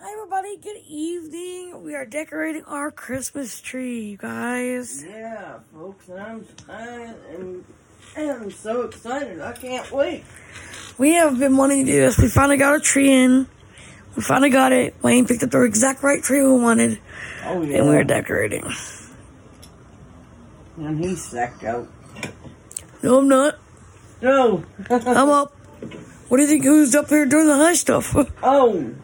Hi, everybody. Good evening. We are decorating our Christmas tree, you guys. Yeah, folks, and I'm I am, I am so excited. I can't wait. We have been wanting to do this. We finally got a tree in. We finally got it. Wayne picked up the exact right tree we wanted, Oh yeah, and we are decorating. And he's sacked out. No, I'm not. No. I'm up. What do you think? Who's up here doing the high stuff? oh,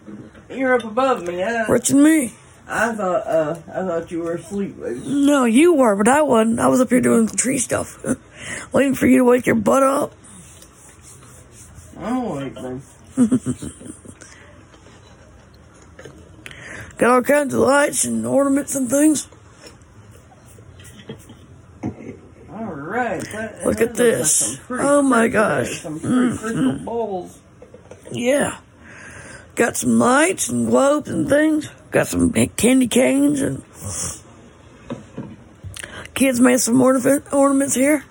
you're up above me. I, Rich and me. I thought uh I thought you were asleep. Baby. No, you were, but I wasn't. I was up here doing tree stuff, waiting for you to wake your butt up. I'm awake then. Got all kinds of lights and ornaments and things. All right. that- Look at that looks like this. some pretty Oh, my crystal- gosh. Mm-hmm. Some pretty crystal balls. Yeah. Got some lights and globes and things. Got some candy canes and kids made some ornament, ornaments here.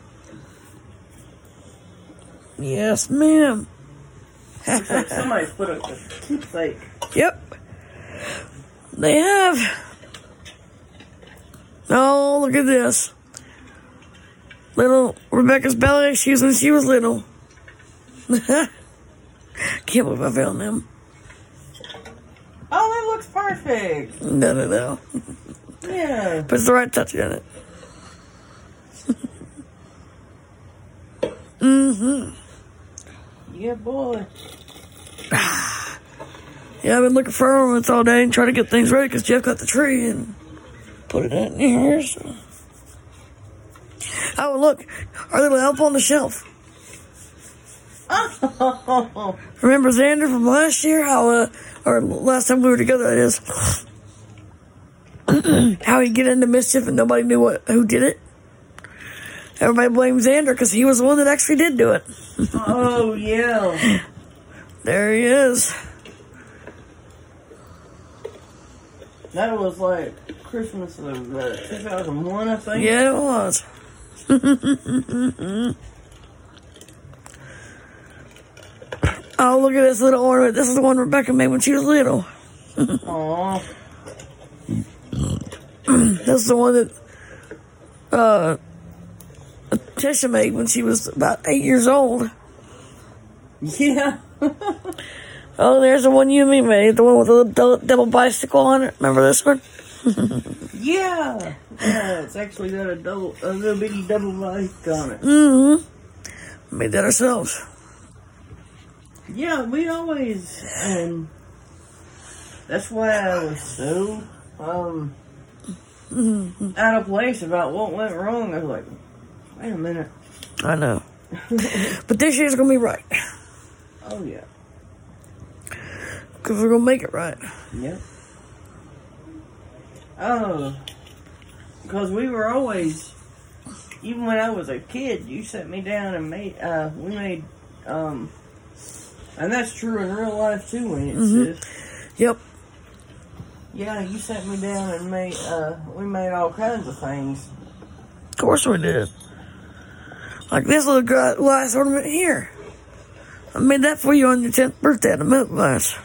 Yes, ma'am. Looks like somebody's put up a keepsake. Yep. They have. Oh, look at this. Little Rebecca's ballet shoes when she was little. Can't believe I found them. Oh, that looks perfect. No, no, no. Yeah. Puts the right touch on it. mm-hmm. Yeah, boy. Yeah, I've been looking for ornaments all day and trying to get things ready because Jeff got the tree and put it in here. So. Oh, look, our little elf on the shelf. Oh. Remember Xander from last year? How, uh, or last time we were together, that is. how he'd get into mischief and nobody knew what who did it. Everybody blamed Xander because he was the one that actually did do it. Oh yeah. There he is. That was like Christmas of uh, 2001, I think. Yeah, it was. oh, look at this little ornament. This is the one Rebecca made when she was little. Aw. This is the one that uh, Tisha made when she was about eight years old. Yeah. Oh, there's the one you and me made. The one with the little dou- double bicycle on it. Remember this one? Yeah. Yeah, it's actually got a double, a little bitty double bike on it. Mm-hmm. Made that ourselves. Yeah, we always, um, that's why I was so, um, out of place about what went wrong. I was like, wait a minute. I know. but this year's going to be right. Oh, yeah. Because we're going to make it right. Yep. Oh, because we were always, even when I was a kid, you set me down and made, uh, we made, um, and that's true in real life too, when it's Mhm. Yep. yeah, you set me down and made, uh, we made all kinds of things. Of course we did. Like this little gra- glass ornament here. I made that for you on your 10th birthday at a milk glass.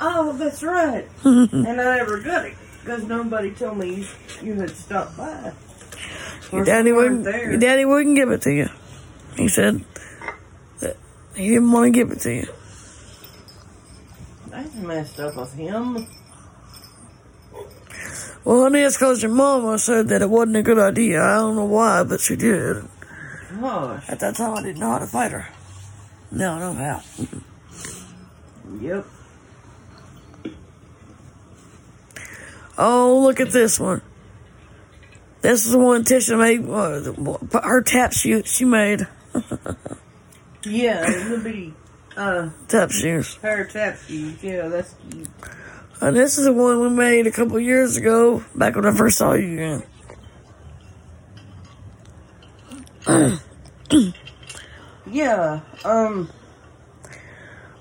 Oh, that's right. Mm-hmm. and I never got it, because nobody told me you, you had stopped by. Your Or daddy, you weren't wouldn't, your daddy wouldn't give it to you. He said that he didn't want to give it to you. That's messed up with him. Well, honey, it's because your mama said that it wasn't a good idea. I don't know why, but she did. Gosh. At that time, I didn't know how to fight her. No, no how. Yep. Oh, look at this one. This is the one Tisha made, uh, the- her tap shoot she made. Yeah, it would be uh Tap shoes. pair of tap shoes. Yeah, that's cute. And this is the one we made a couple years ago, back when I first saw you again. Yeah. Um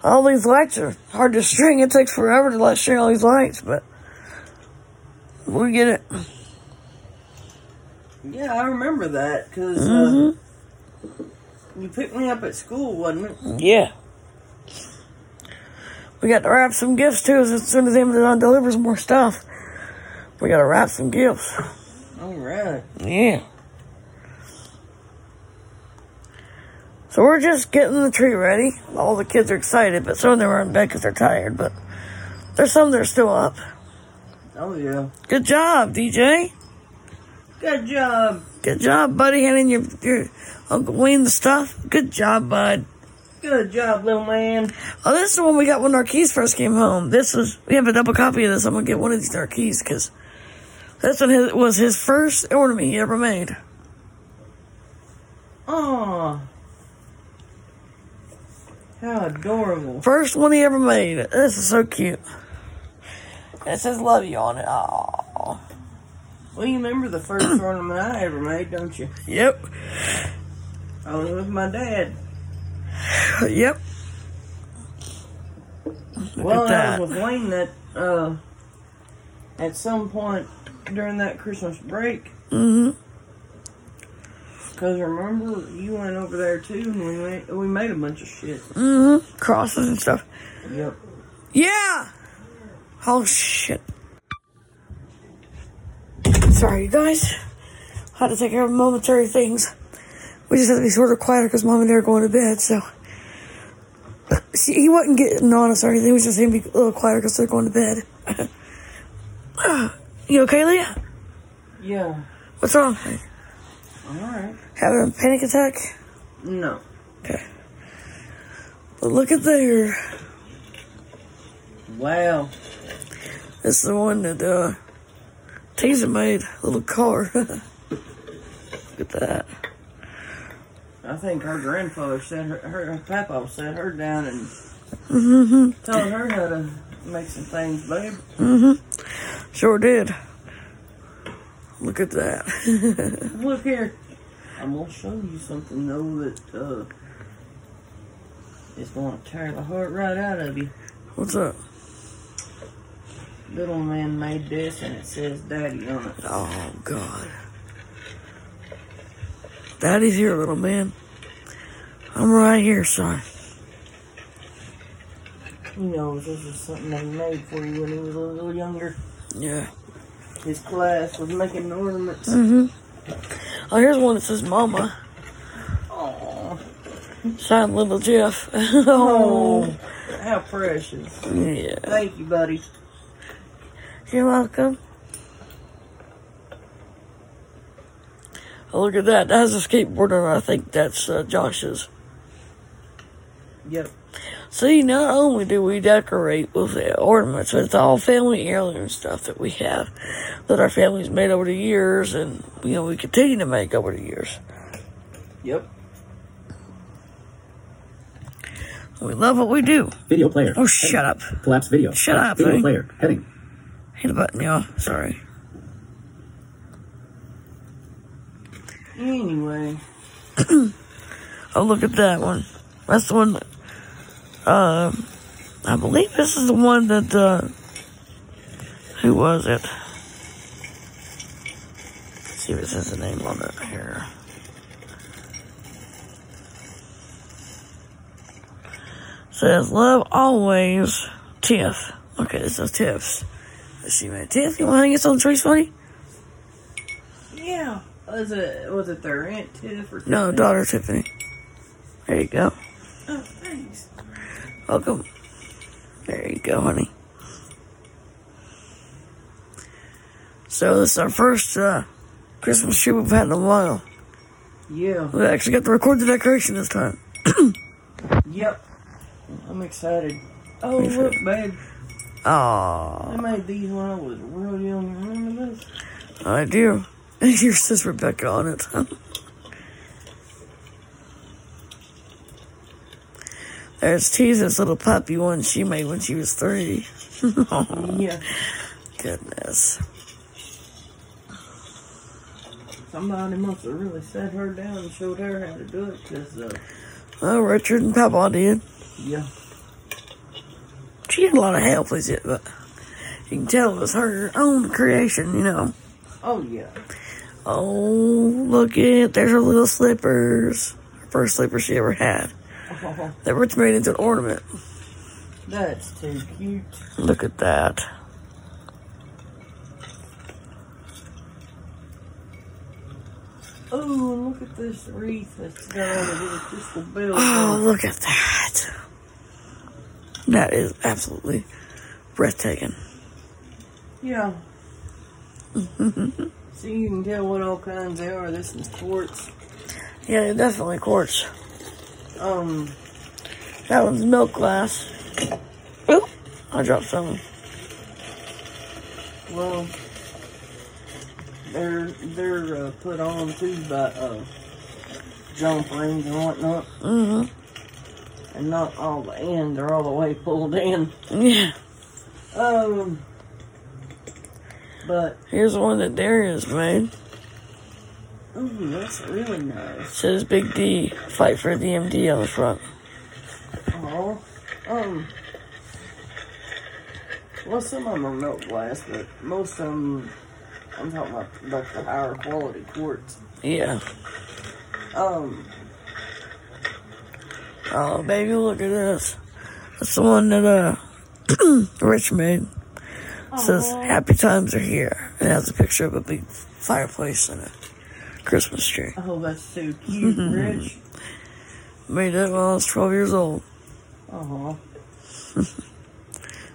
All these lights are hard to string. It takes forever to like string all these lights, but we get it. yeah, I remember that because Mhm. uh, you picked me up at school, wasn't it? Yeah. We got to wrap some gifts too. As soon as Amazon delivers more stuff, we got to wrap some gifts. All right. Yeah. So we're just getting the tree ready. All the kids are excited, but some of them are in bed because they're tired. But there's some that are still up. Oh yeah. Good job, DJ. Good job. Good job, buddy, handing your, your Uncle Wayne the stuff. Good job, bud. Good job, little man. Oh, this is the one we got when our keys first came home. This was we have a double copy of this. I'm gonna get one of these Narquise because this one his, was his first ornament he ever made. Aw. How adorable. First one he ever made. This is so cute. It says "Love You" on it. Aww. Well, you remember the first ornament I ever made, don't you? Yep. I was with my dad. Yep. well, at I that. was with Wayne that, uh, at some point during that Christmas break. Mhm. Because remember, you went over there too and we made, we made a bunch of shit. Mhm. Crosses and stuff. Yep. Yeah. Oh shit. Sorry, you guys. Had to take care of momentary things. We just had to be sort of quieter because mom and dad are going to bed. So See, he wasn't getting on us or anything. It was just him being a little quieter because they're going to bed. you okay, Leah? Yeah. What's wrong? Alright. Having a panic attack? No. Okay. But look at there. Wow. That's the one that uh Taser made, little car. Look at that. I think her grandfather set her, her, her papa set her down and told her how to make some things, babe. Sure did. Look at that. Look here. I'm gonna show you something though that uh is gonna tear the heart right out of you. What's up? Little man made this and it says daddy uh, on it. Oh God. Daddy's here, little man. I'm right here, son. You know, this is something they made for you when he was a little younger. Yeah. His class was making ornaments. Oh, here's one that says Mama. Aww. Signed little Jeff. oh. Oh, how precious. Yeah. Thank you, buddy. You're welcome. Oh, look at that. That has a skateboarder. and I think that's uh, Josh's. Yep. See, not only do we decorate with the ornaments, but it's all family heirloom stuff that we have that our family's made over the years and, you know, we continue to make over the years. Yep. We love what we do. Video player. Oh, shut up. Collapse video. Shut Collapse up, Video eh? player. Heading. Hit a button, y'all. Sorry. Anyway. Oh, look at that one. That's the one, uh, I believe this is the one that, uh, who was it? see if it says the name on it here. Says love always Tiff. Okay, it says Tiff's. Let's see, man. Tiff, you want to hang us on the trees, buddy? Yeah. Was it was it their aunt Tiff or No, something? daughter Tiffany. There you go. Oh, thanks. Welcome. There you go, honey. So this is our first uh, Christmas tree we've had in a while. Yeah. We actually got to record the decoration this time. Yep. I'm excited. Oh look, babe. Aww, I made these when I was real young. Remember this? I do. Here says Rebecca on it. There's Teaser's little puppy one she made when she was three. Oh, Yeah. Goodness. Somebody must have really set her down and showed her how to do it, cause uh, Oh, Richard and Papa did. yeah. She had a lot of help with it, but you can tell it was her own creation, you know. Oh yeah. Oh, look at there's her little slippers. Her first slippers she ever had. That were made into an ornament. That's too cute. Look at that. Oh, look at this wreath that's got all the little crystal bells. Oh, on it. look at that. That is absolutely breathtaking. Yeah. so you can tell what all kinds they are. This is quartz. Yeah, they're definitely quartz. Um, That one's milk glass. Oop, I dropped something. well, they're they're uh, put on too by uh, jump rings and whatnot, Mm-hmm. and not all the end. They're all the way pulled in. Yeah. Um, but Here's one that Darius made. ooh, oh, that's really nice. says Big D, fight for DMD on the front. Oh, um, well, some of them are milk glass, but most of them, I'm talking about like the higher quality quartz. Yeah. Um, Oh, baby, look at this. That's the one that, uh, Rich made. It says, Aw. Happy Times Are Here. It has a picture of a big fireplace and a Christmas tree. oh, that's so cute, Mm-hmm. Rich. Made it when I was 12 years old. Oh,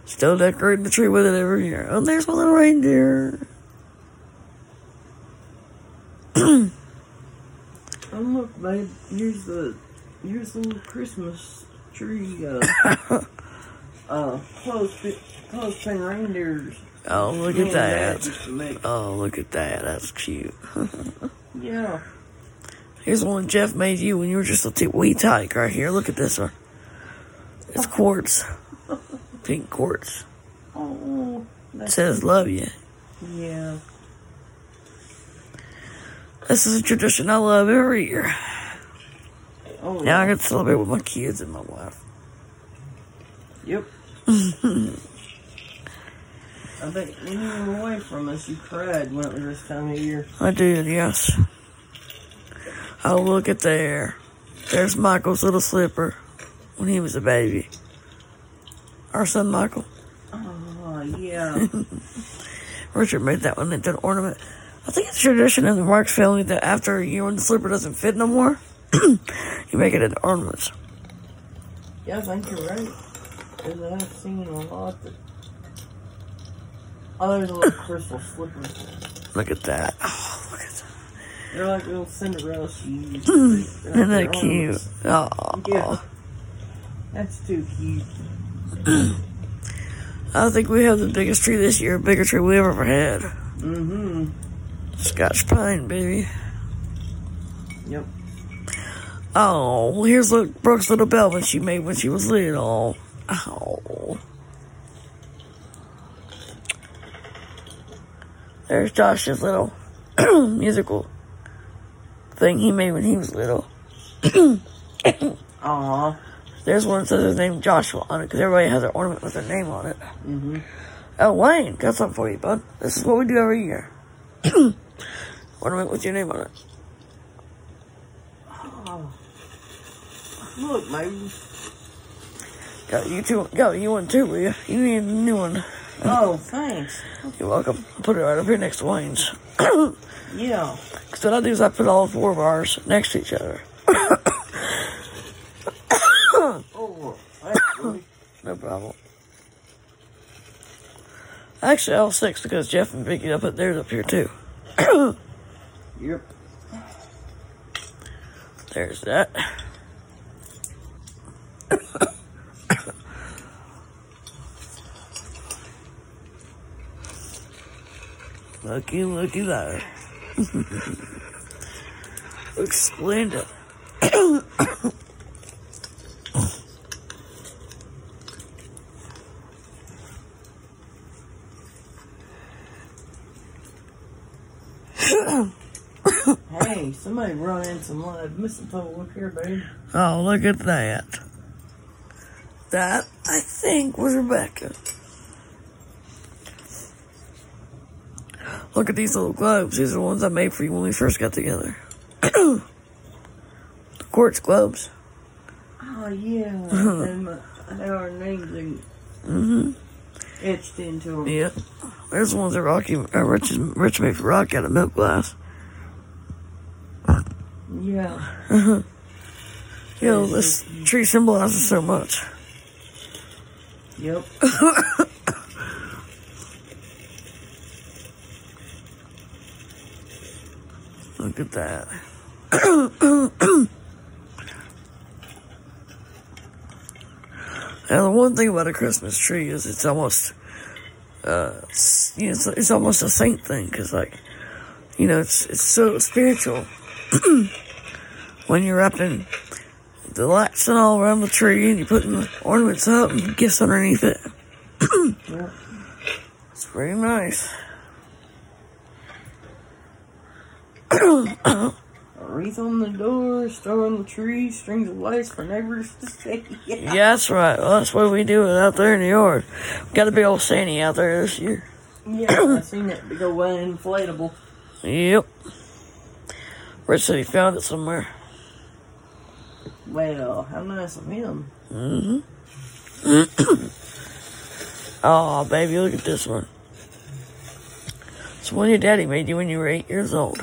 Still decorating the tree with it every year. Oh, there's my little reindeer. and look, babe, here's the here's the little Christmas tree. Uh, uh, close close pin reindeers. Oh, look Me at and Dad that. used to make- Oh, look at that. That's cute. Yeah. Here's one Jeff made you when you were just a t- wee tyke right here. Look at this one. It's quartz. Pink quartz. Oh, It that's says love you. yeah. This is a tradition I love every year. Oh, Now I can celebrate with my kids and my wife. Yep. I bet when you were away from us, you cried when it was this time of year. I did, yes. Oh, look at there. There's Michael's little slipper when he was a baby. Our son Michael. Oh, yeah. Richard made that one into an ornament. I think it's tradition in the Marks family that after a year when the slipper doesn't fit no more, you make it into ornaments. yeah, I think you're right. 'Cause I've seen a lot that. Oh, there's a little crystal slipper. Look at that. Oh, look at They're like little Cinderella shoes. that. Isn't that cute? Oh, Yeah. That's too cute. I think we have the biggest tree this year, bigger tree we ever had. Mm Scotch pine, baby. hmm. Yep. Oh, well, here's look, Brooke's little bell that she made when she was little. Oh. There's Josh's little musical thing he made when he was little. Aw. There's one that says his name Joshua on it because everybody has an ornament with their name on it. Mm hmm. Oh, Wayne, got something for you, bud. This is what we do every year. ornament with your name on it. Oh. Look, baby. Got you two. Got you one too, will you? You need a new one. Oh, thanks. You're welcome. I'll put it right up here next to Wayne's. Because Yeah. what I do is I put all four of ours next to each other. Oh, actually. No problem. Actually, all six because Jeff and Vicky up at theirs up here too. Yep. There's that. looky, looky there. Looks splendid. Hey, somebody run in some live mistletoe. Look here, babe. Oh, look at that. That, I think, was Rebecca. Look at these little globes. These are the ones I made for you when we first got together. the quartz globes. Oh yeah. and my, They are names and Mm-hmm. etched into them. Yep. There's the ones that Rocky, uh, Rich, Rich made for Rocky out of milk glass. Yeah. you know, this tree symbolizes so much. Yep. Look at that. and the one thing about a Christmas tree is it's almost, uh, s- you know, it's, it's almost a saint thing because, like, you know, it's it's so spiritual when you're up in the lights and all around the tree and you're putting the ornaments up and gifts underneath it. Yep. It's pretty nice. A wreath on the door, star on the tree, strings of lights for neighbors to see. Yeah. Yeah, that's right. Well, that's what we do it out there in the yard. Got to be old Sandy out there this year. Yeah, I seen that big old one inflatable. Yep. Rich said he found it somewhere. Well, how nice of him. Mm-hmm. oh, baby, look at this one. It's one your daddy made you when you were eight years old.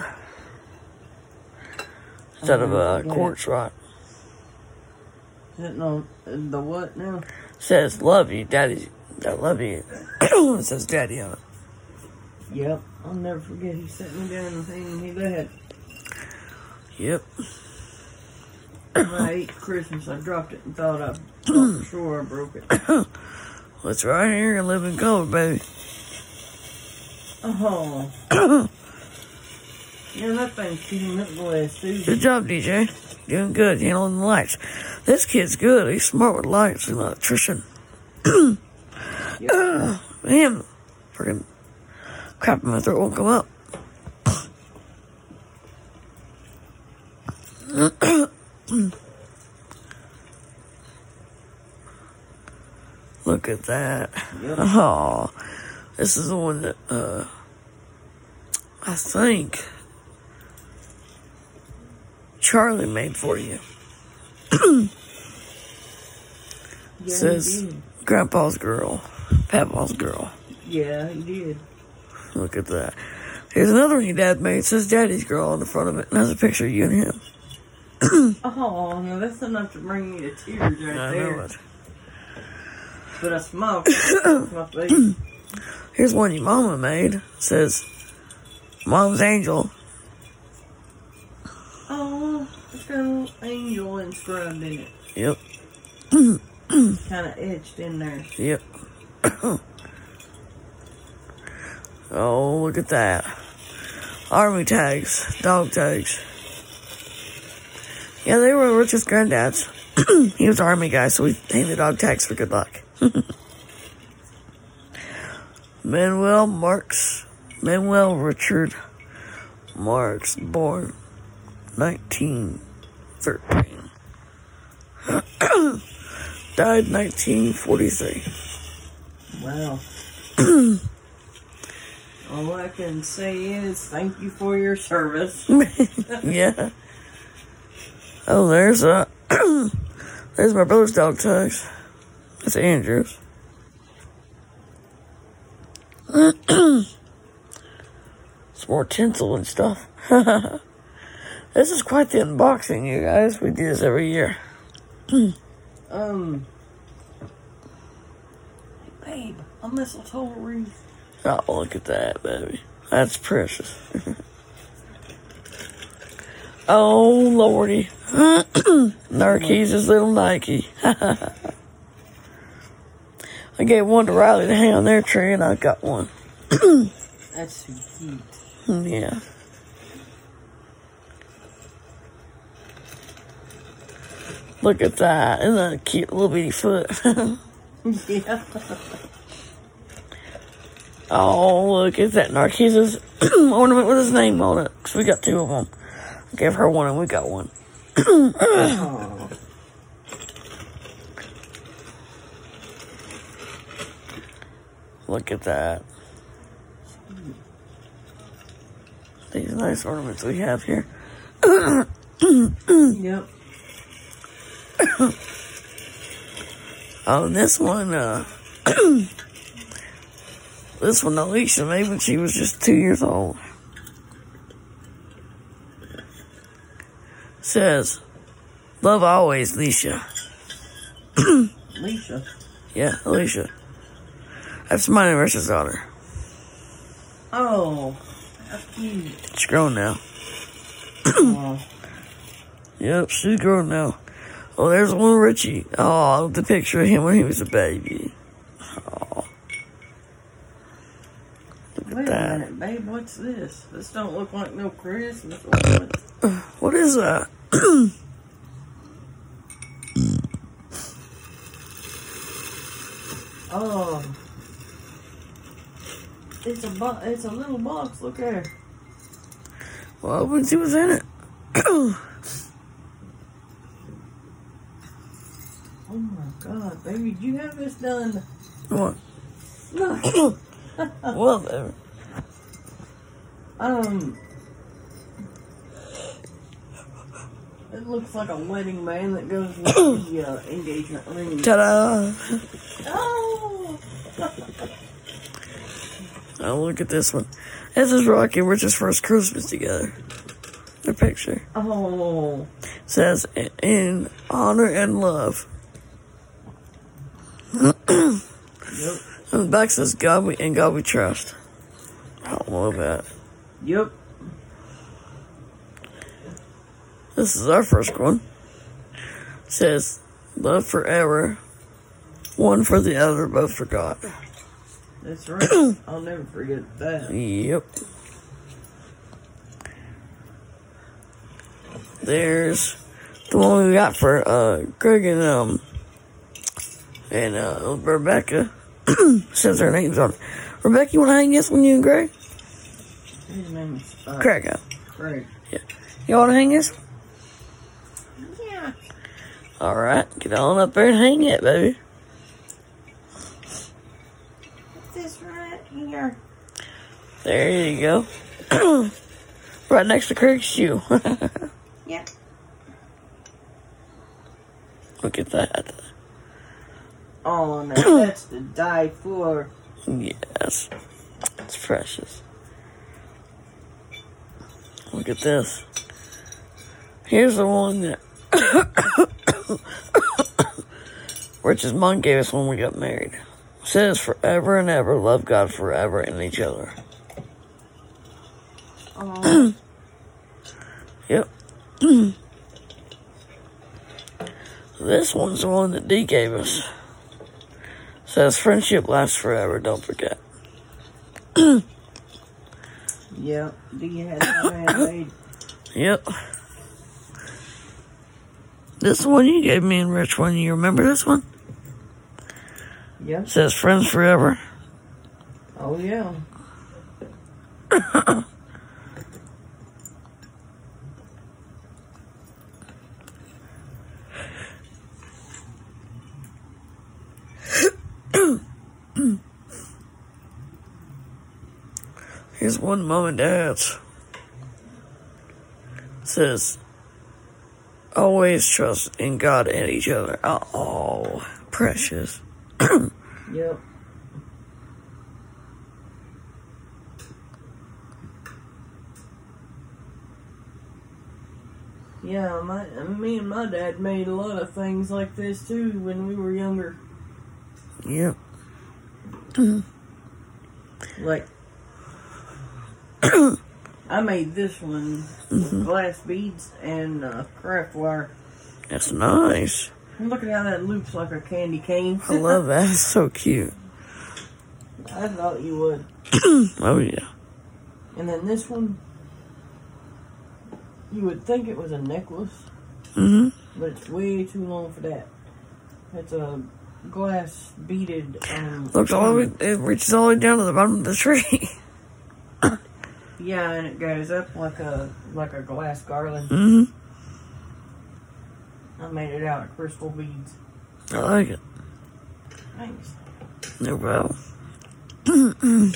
It's out of Oh, a yeah. quartz rock. Sitting on the what now? says, love you, daddy. I love you. it says daddy on it. Yep. I'll never forget he sat me down and handed me that. Yep. My eighth Christmas, I dropped it and thought I, thought for sure I broke it. Well, It's right here in living color, baby. Oh. yeah, that thing's keeping up glass too. Good job, DJ. Doing good, handling the lights. This kid's good. He's smart with lights and electrician. Yep. Man, freaking crap in my throat won't come up. Look at that. Yep. Oh, this is the one that uh, I think Charlie made for you. Yeah, says- he did. Grandpa's girl, Papa's girl. Yeah, he did. Look at that. Here's another one your dad made. It says Daddy's Girl on the front of it, and has a picture of you and him. Oh, now that's enough to bring me to tears right I there. know it. But I smiled. my face. Here's one your mama made. It says Mom's Angel. Oh, it's got an angel inscribed in it. Yep, Kind of etched in there. yep. oh, look at that. Army tags, dog tags. Yeah, they were Rich's granddads. he was an army guy, so we named the dog tags for good luck. Manuel Marks, Manuel Richard Marks, born 1913. Died 1943. Wow. All I can say is thank you for your service. yeah. Oh, there's uh there's my brother's dog tags. That's Andrew's. it's more tinsel and stuff. this is quite the unboxing, you guys. We do this every year. Um, babe, a mistletoe wreath. Oh, look at that, baby. That's precious. oh, Lordy. Narkees is little Nike. I gave one to Riley to hang on their tree, and I got one. Hmm, That's so cute. Yeah. Look at that. Isn't that a cute little bitty foot? yeah. Oh, look at that Narcissus ornament with his name on it. 'Cause we got two of them. I gave her one and we got one. Oh. Look at that. These nice ornaments we have here. Yep. Oh, and this one, uh, this one Alicia made when she was just two years old. Says, love always, Alicia. Leisha. Yeah, Alicia. That's my anniversary's daughter. Oh, how cute. She's grown now. Oh, Yep, she's grown now. Oh, there's little Richie. Oh, the picture of him when he was a baby. wait a that. minute, babe. What's this? This don't look like no Christmas ornament. What is uh, that? Oh, it's a bo- it's a little box. Look there. Well, I wouldn't see what's in it. Oh my God, baby, did you have this done? what? Look. Whatever. Um, it looks like a wedding band that goes with the uh, engagement ring. Ta-da! Oh, Oh, look at this one. This is Rocky and Rich's first Christmas together. Their picture oh, says, in honor and love. yep, And the back says, God we, and God we trust. I love that. yep. This is our first one. says, love forever, one for the other, both for God. That's right. I'll never forget that. Yep. There's the one we got for uh Greg and um and uh Rebecca says her name's on it. Rebecca, you wanna hang this one you and Greg? His name's uh, Greg uh, Craig. You wanna hang this? Yeah. Alright, get on up there and hang it, baby. This right here. There you go. right next to Craig's shoe. Yep. Look at that. Oh, now that's to die for. Yes. It's precious. Look at this. Here's the one that Rich's mom gave us when we got married. says forever and ever, love God forever and each other. Oh, Yep. this one's the one that D gave us. Says friendship lasts forever, don't forget. yep. Do you have that man made? Yep. This one you gave me and Rich one. You remember this one? Yep. It says friends forever. Oh, yeah. Here's one mom and dad's. It says always trust in God and each other. Oh, precious. Yep. Yeah, my me and my dad made a lot of things like this too when we were younger. Yep. Like I made this one with glass beads and uh, craft wire. That's nice. And Look at how that loops like a candy cane. I love that. It's so cute. I thought you would. Oh yeah. And then this one, you would think it was a necklace. Mhm. but it's way too long for that. It's a glass beaded. Um, Looks all the way, it reaches all the way down to the bottom of the tree. Yeah, and it goes up like a like a glass garland. Mhm. Hmm? I made it out of crystal beads. I like it. Thanks. No problem.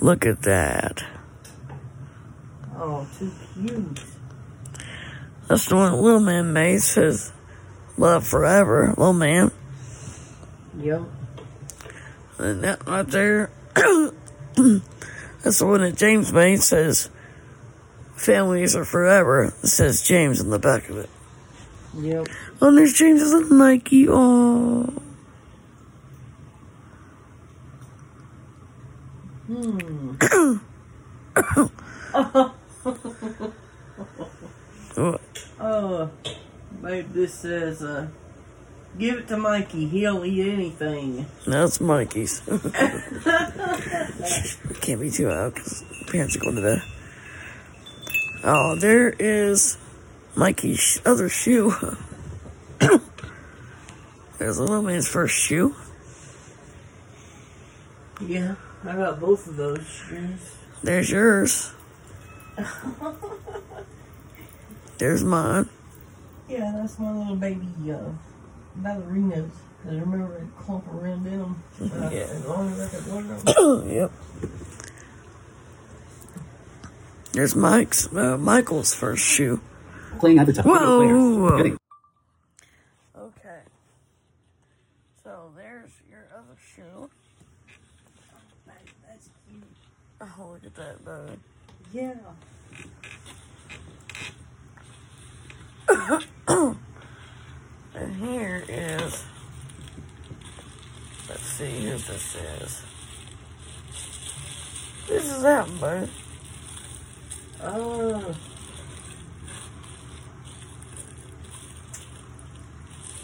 Look at that. Oh, too cute. That's the one little man made. Says, love forever, little man. Yep. And that right there, that's the one that James made. Says, "Families are forever." It says James on the back of it. Yep. On there's James is a Nike. Oh, Hmm. Oh, babe, this says, uh, give it to Mikey. He'll eat anything. that's Mikey's. Can't be too loud because parents are going to bed. Oh, there is Mikey's other shoe. There's the little man's first shoe. Yeah, I got both of those shoes. There's yours. There's mine. Yeah, that's my little baby uh, ballerinas. Cause I remember it clump around in them. Uh, Yeah. As long as I could wear 'em. yep. There's Mike's uh, Michael's first shoe. Playing at the top. Whoa. Getting Okay. So there's your other shoe. That's cute. Oh, look at that, baby. Yeah. And here is. Let's see who this is. This is that one, baby. Oh.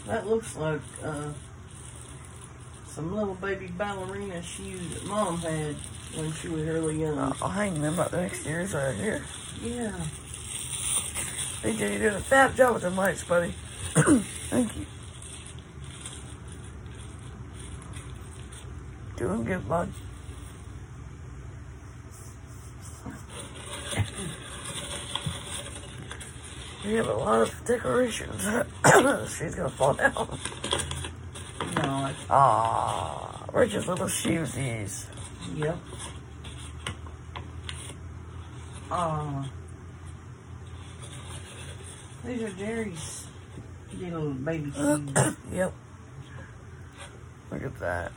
That looks like uh, some little baby ballerina shoes that mom had when she was really young. I'll hang them up next to yours right here. Yeah. DJ, you did a fab job with the lights, buddy. Thank you. Doing good, bud. We have a lot of decorations. She's gonna fall down. No. I- Ah, we're just little shoesies. Yep. Ah. These are Jerry's little baby Uh. shoes. yep. Look at that.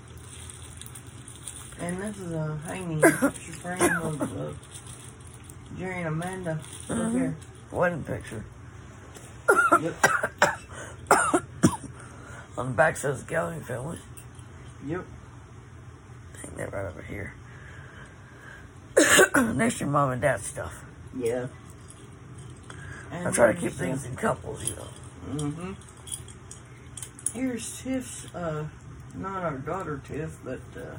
And this is a hanging picture frame of uh, Jerry and Amanda. Uh-huh. Look here. Wedding picture. Yep. On the back says Gallery Family. Yep. Hang that right over here. Next to your mom and dad's stuff. Yeah. I try to keep things in couples, you know. Mm-hmm. Here's Tiff's, uh, not our daughter Tiff, but uh,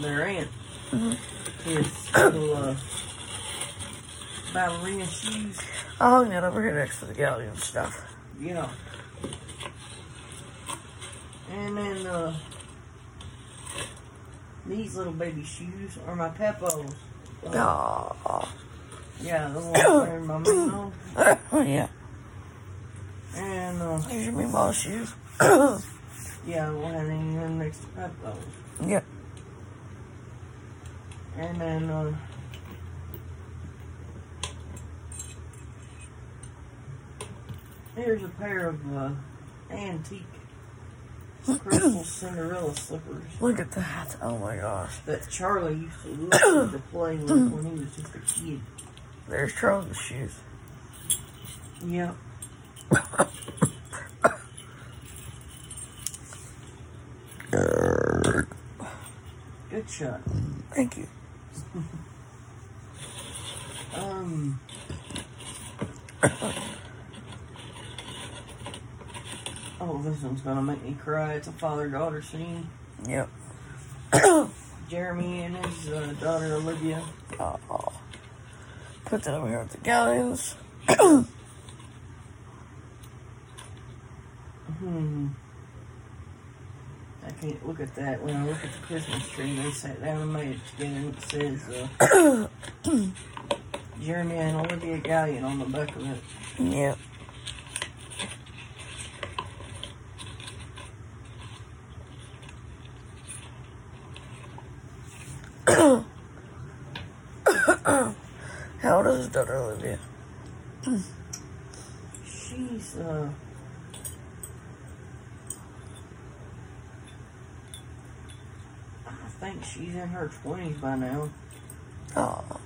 their aunt. Tiff's little uh, ballerina shoes. I hung that over here next to the gallery and stuff. Yeah. And then uh, these little baby shoes are my Pepos. Aw. Yeah, the ones wearing my mom. Oh, yeah. And uh, These are me mom's shoes. yeah, one of them next to Pepos. yeah. And then, uh, here's a pair of uh, antique crystal Cinderella slippers Look at that. Oh, my gosh. that Charlie used to love to play with when he was just a kid. There's Charlie's shoes. Yep. Good shot. Thank you. Um. oh, this one's gonna make me cry. It's a father-daughter scene. Yep. Jeremy and his uh, daughter Olivia. Aw. Put that over here with the galleons. Hmm. I can't look at that. When I look at the Christmas tree, they sat down and made it together, and it says uh, Jeremy and Olivia Gallion on the back of it. Yep. How old is daughter Olivia? She's it's uh I think she's in her twenties by now. Oh.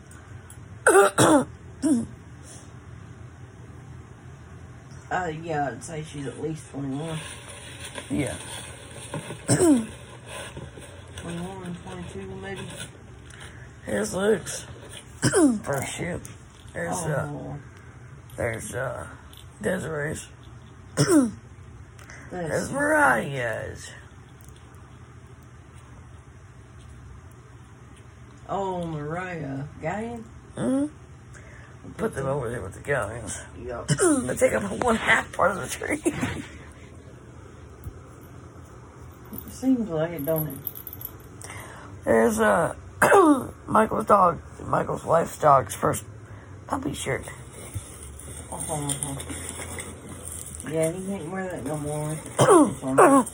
Uh yeah, I'd say she's at least 21. Yeah. 21, 22 maybe. Here's Luke's. or shoot. There's uh Oh, there's uh Desiree's. There's that's Mariah's. oh Mariah. Got him? hmm Put them over there with the guns. Yup. they take up one half part of the tree. Seems like it, don't it? There's uh Michael's dog Michael's wife's dog's first puppy shirt. Oh. Yeah, he can't wear that no more. Your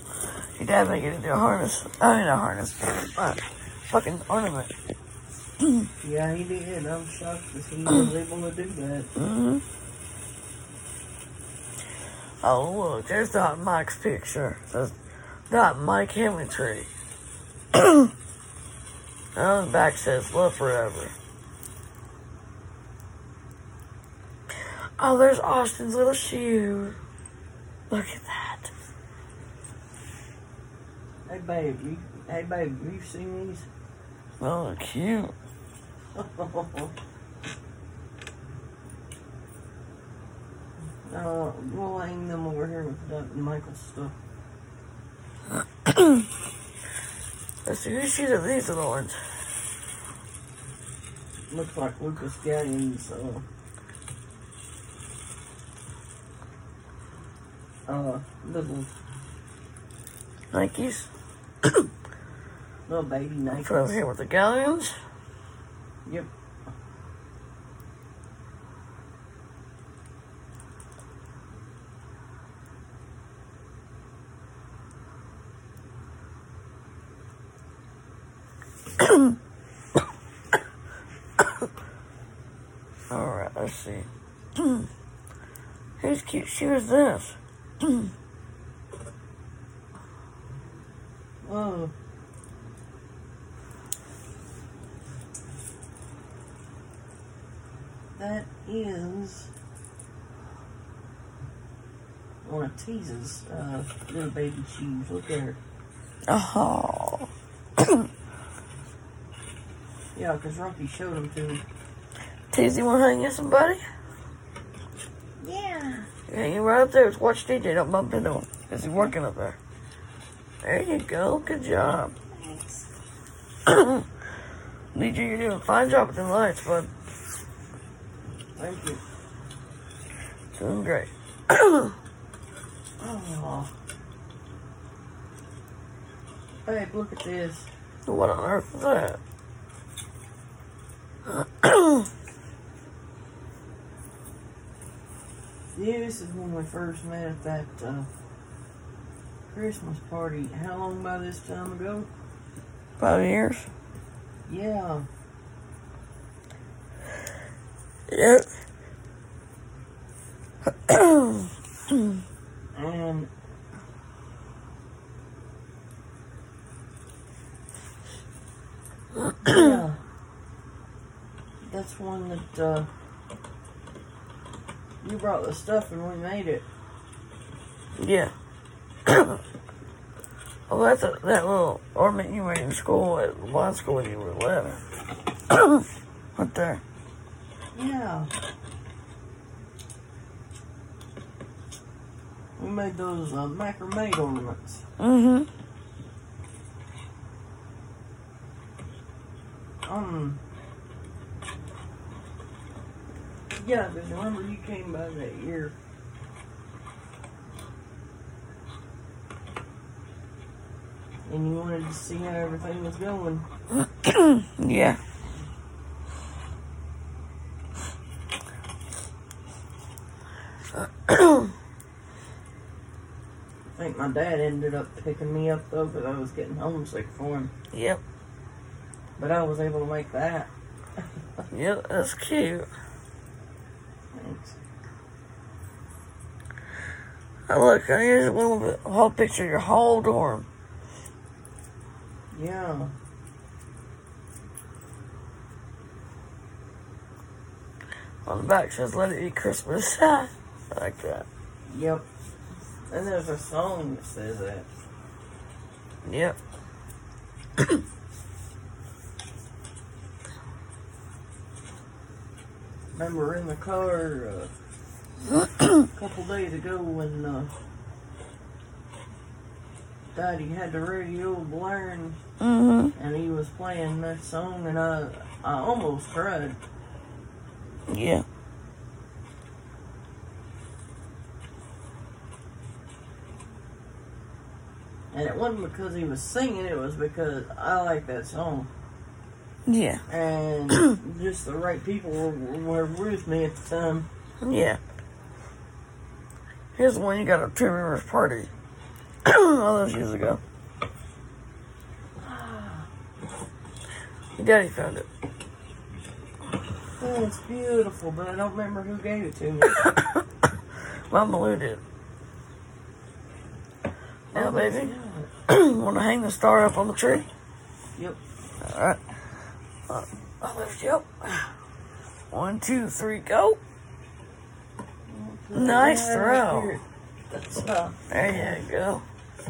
dad might get into a harness. I mean a harness. Uh, fucking ornament. yeah, he did. I'm shocked that he was able to do that. hmm Oh look, there's that Mike's picture. That's that Mike Hamilton. and on Oh, the back says "Love Forever." Oh, there's Austin's little shoe. Look at that. Hey babe, you, hey babe, you seen these? Oh, Uh, they're cute. no, we'll hang them over here with Doug and Michael's stuff. Let's see whose shoes are these little ones. Looks like Lucas got in, so. Uh, little, Nikes. little baby Put over Nike. here with the galleons. Yep. All right, let's see. Whose cute shoe is this? Oh, that is one of Tease's uh, little baby shoes. Look there. Oh, Yeah, because Rocky showed them to me. Tizzy, want to hang with somebody? Yeah. You're hanging right up there. It's watch DJ. Don't bump into him. Is he working up there? There you go. Good job. DJ, you're doing a fine job with the lights, bud. Thank you. Doing great. Oh. Babe, look at this. What on earth is that? This is when we first met at that uh, Christmas party. How long by this time ago? Five years? Yeah. Yep. And yeah, that's one that uh, you brought the stuff and we made it. Yeah. well, that's a, that little ornament you made in school at law school when you were 11. right there. Yeah. We made those uh, macrame ornaments. Mm hmm. Um. Yeah, because remember you came by that year. And you wanted to see how everything was going. Yeah. I think my dad ended up picking me up though because I was getting homesick for him. Yep. But I was able to make that. Yep. That's cute. Thanks. Oh, look, here's a little whole picture of your whole dorm. Yeah. On the back says, let it be Christmas. I like that. Yep. And there's a song that says that. Yep. Remember in the car uh, Mm-hmm. a couple days ago when uh, Daddy had the radio blaring Mm-hmm. and he was playing that song and I I almost cried. Yeah. And it wasn't because he was singing, it was because I like that song. Yeah. And just the right people were, were with me at the time. Yeah. Here's the one you got at Two Rivers Party. All those years ago. Your daddy found it. Oh, it's beautiful, but I don't remember who gave it to me. Mama Lou did. Oh, Now, Oh, baby, want to hang the star up on the tree? Yep. All right. Uh, I'll lift you up. One, two, three, go. Nice Yeah, throw. right here. That's uh, There you go.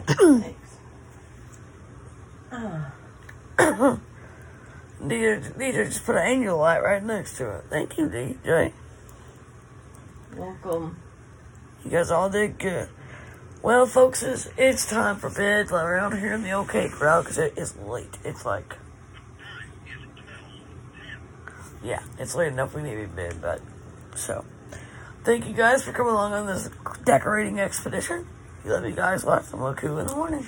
Hmm. thanks. Ah, Dita, Dita just put an angel light right next to it. Thank you, DJ. welcome. You guys all did good. Well, folks, it's, it's time for bed around here in the OK crowd because it is late. It's like, yeah, it's late enough. We need to be in bed, but so thank you guys for coming along on this decorating expedition. We love you guys lots and look who in the morning.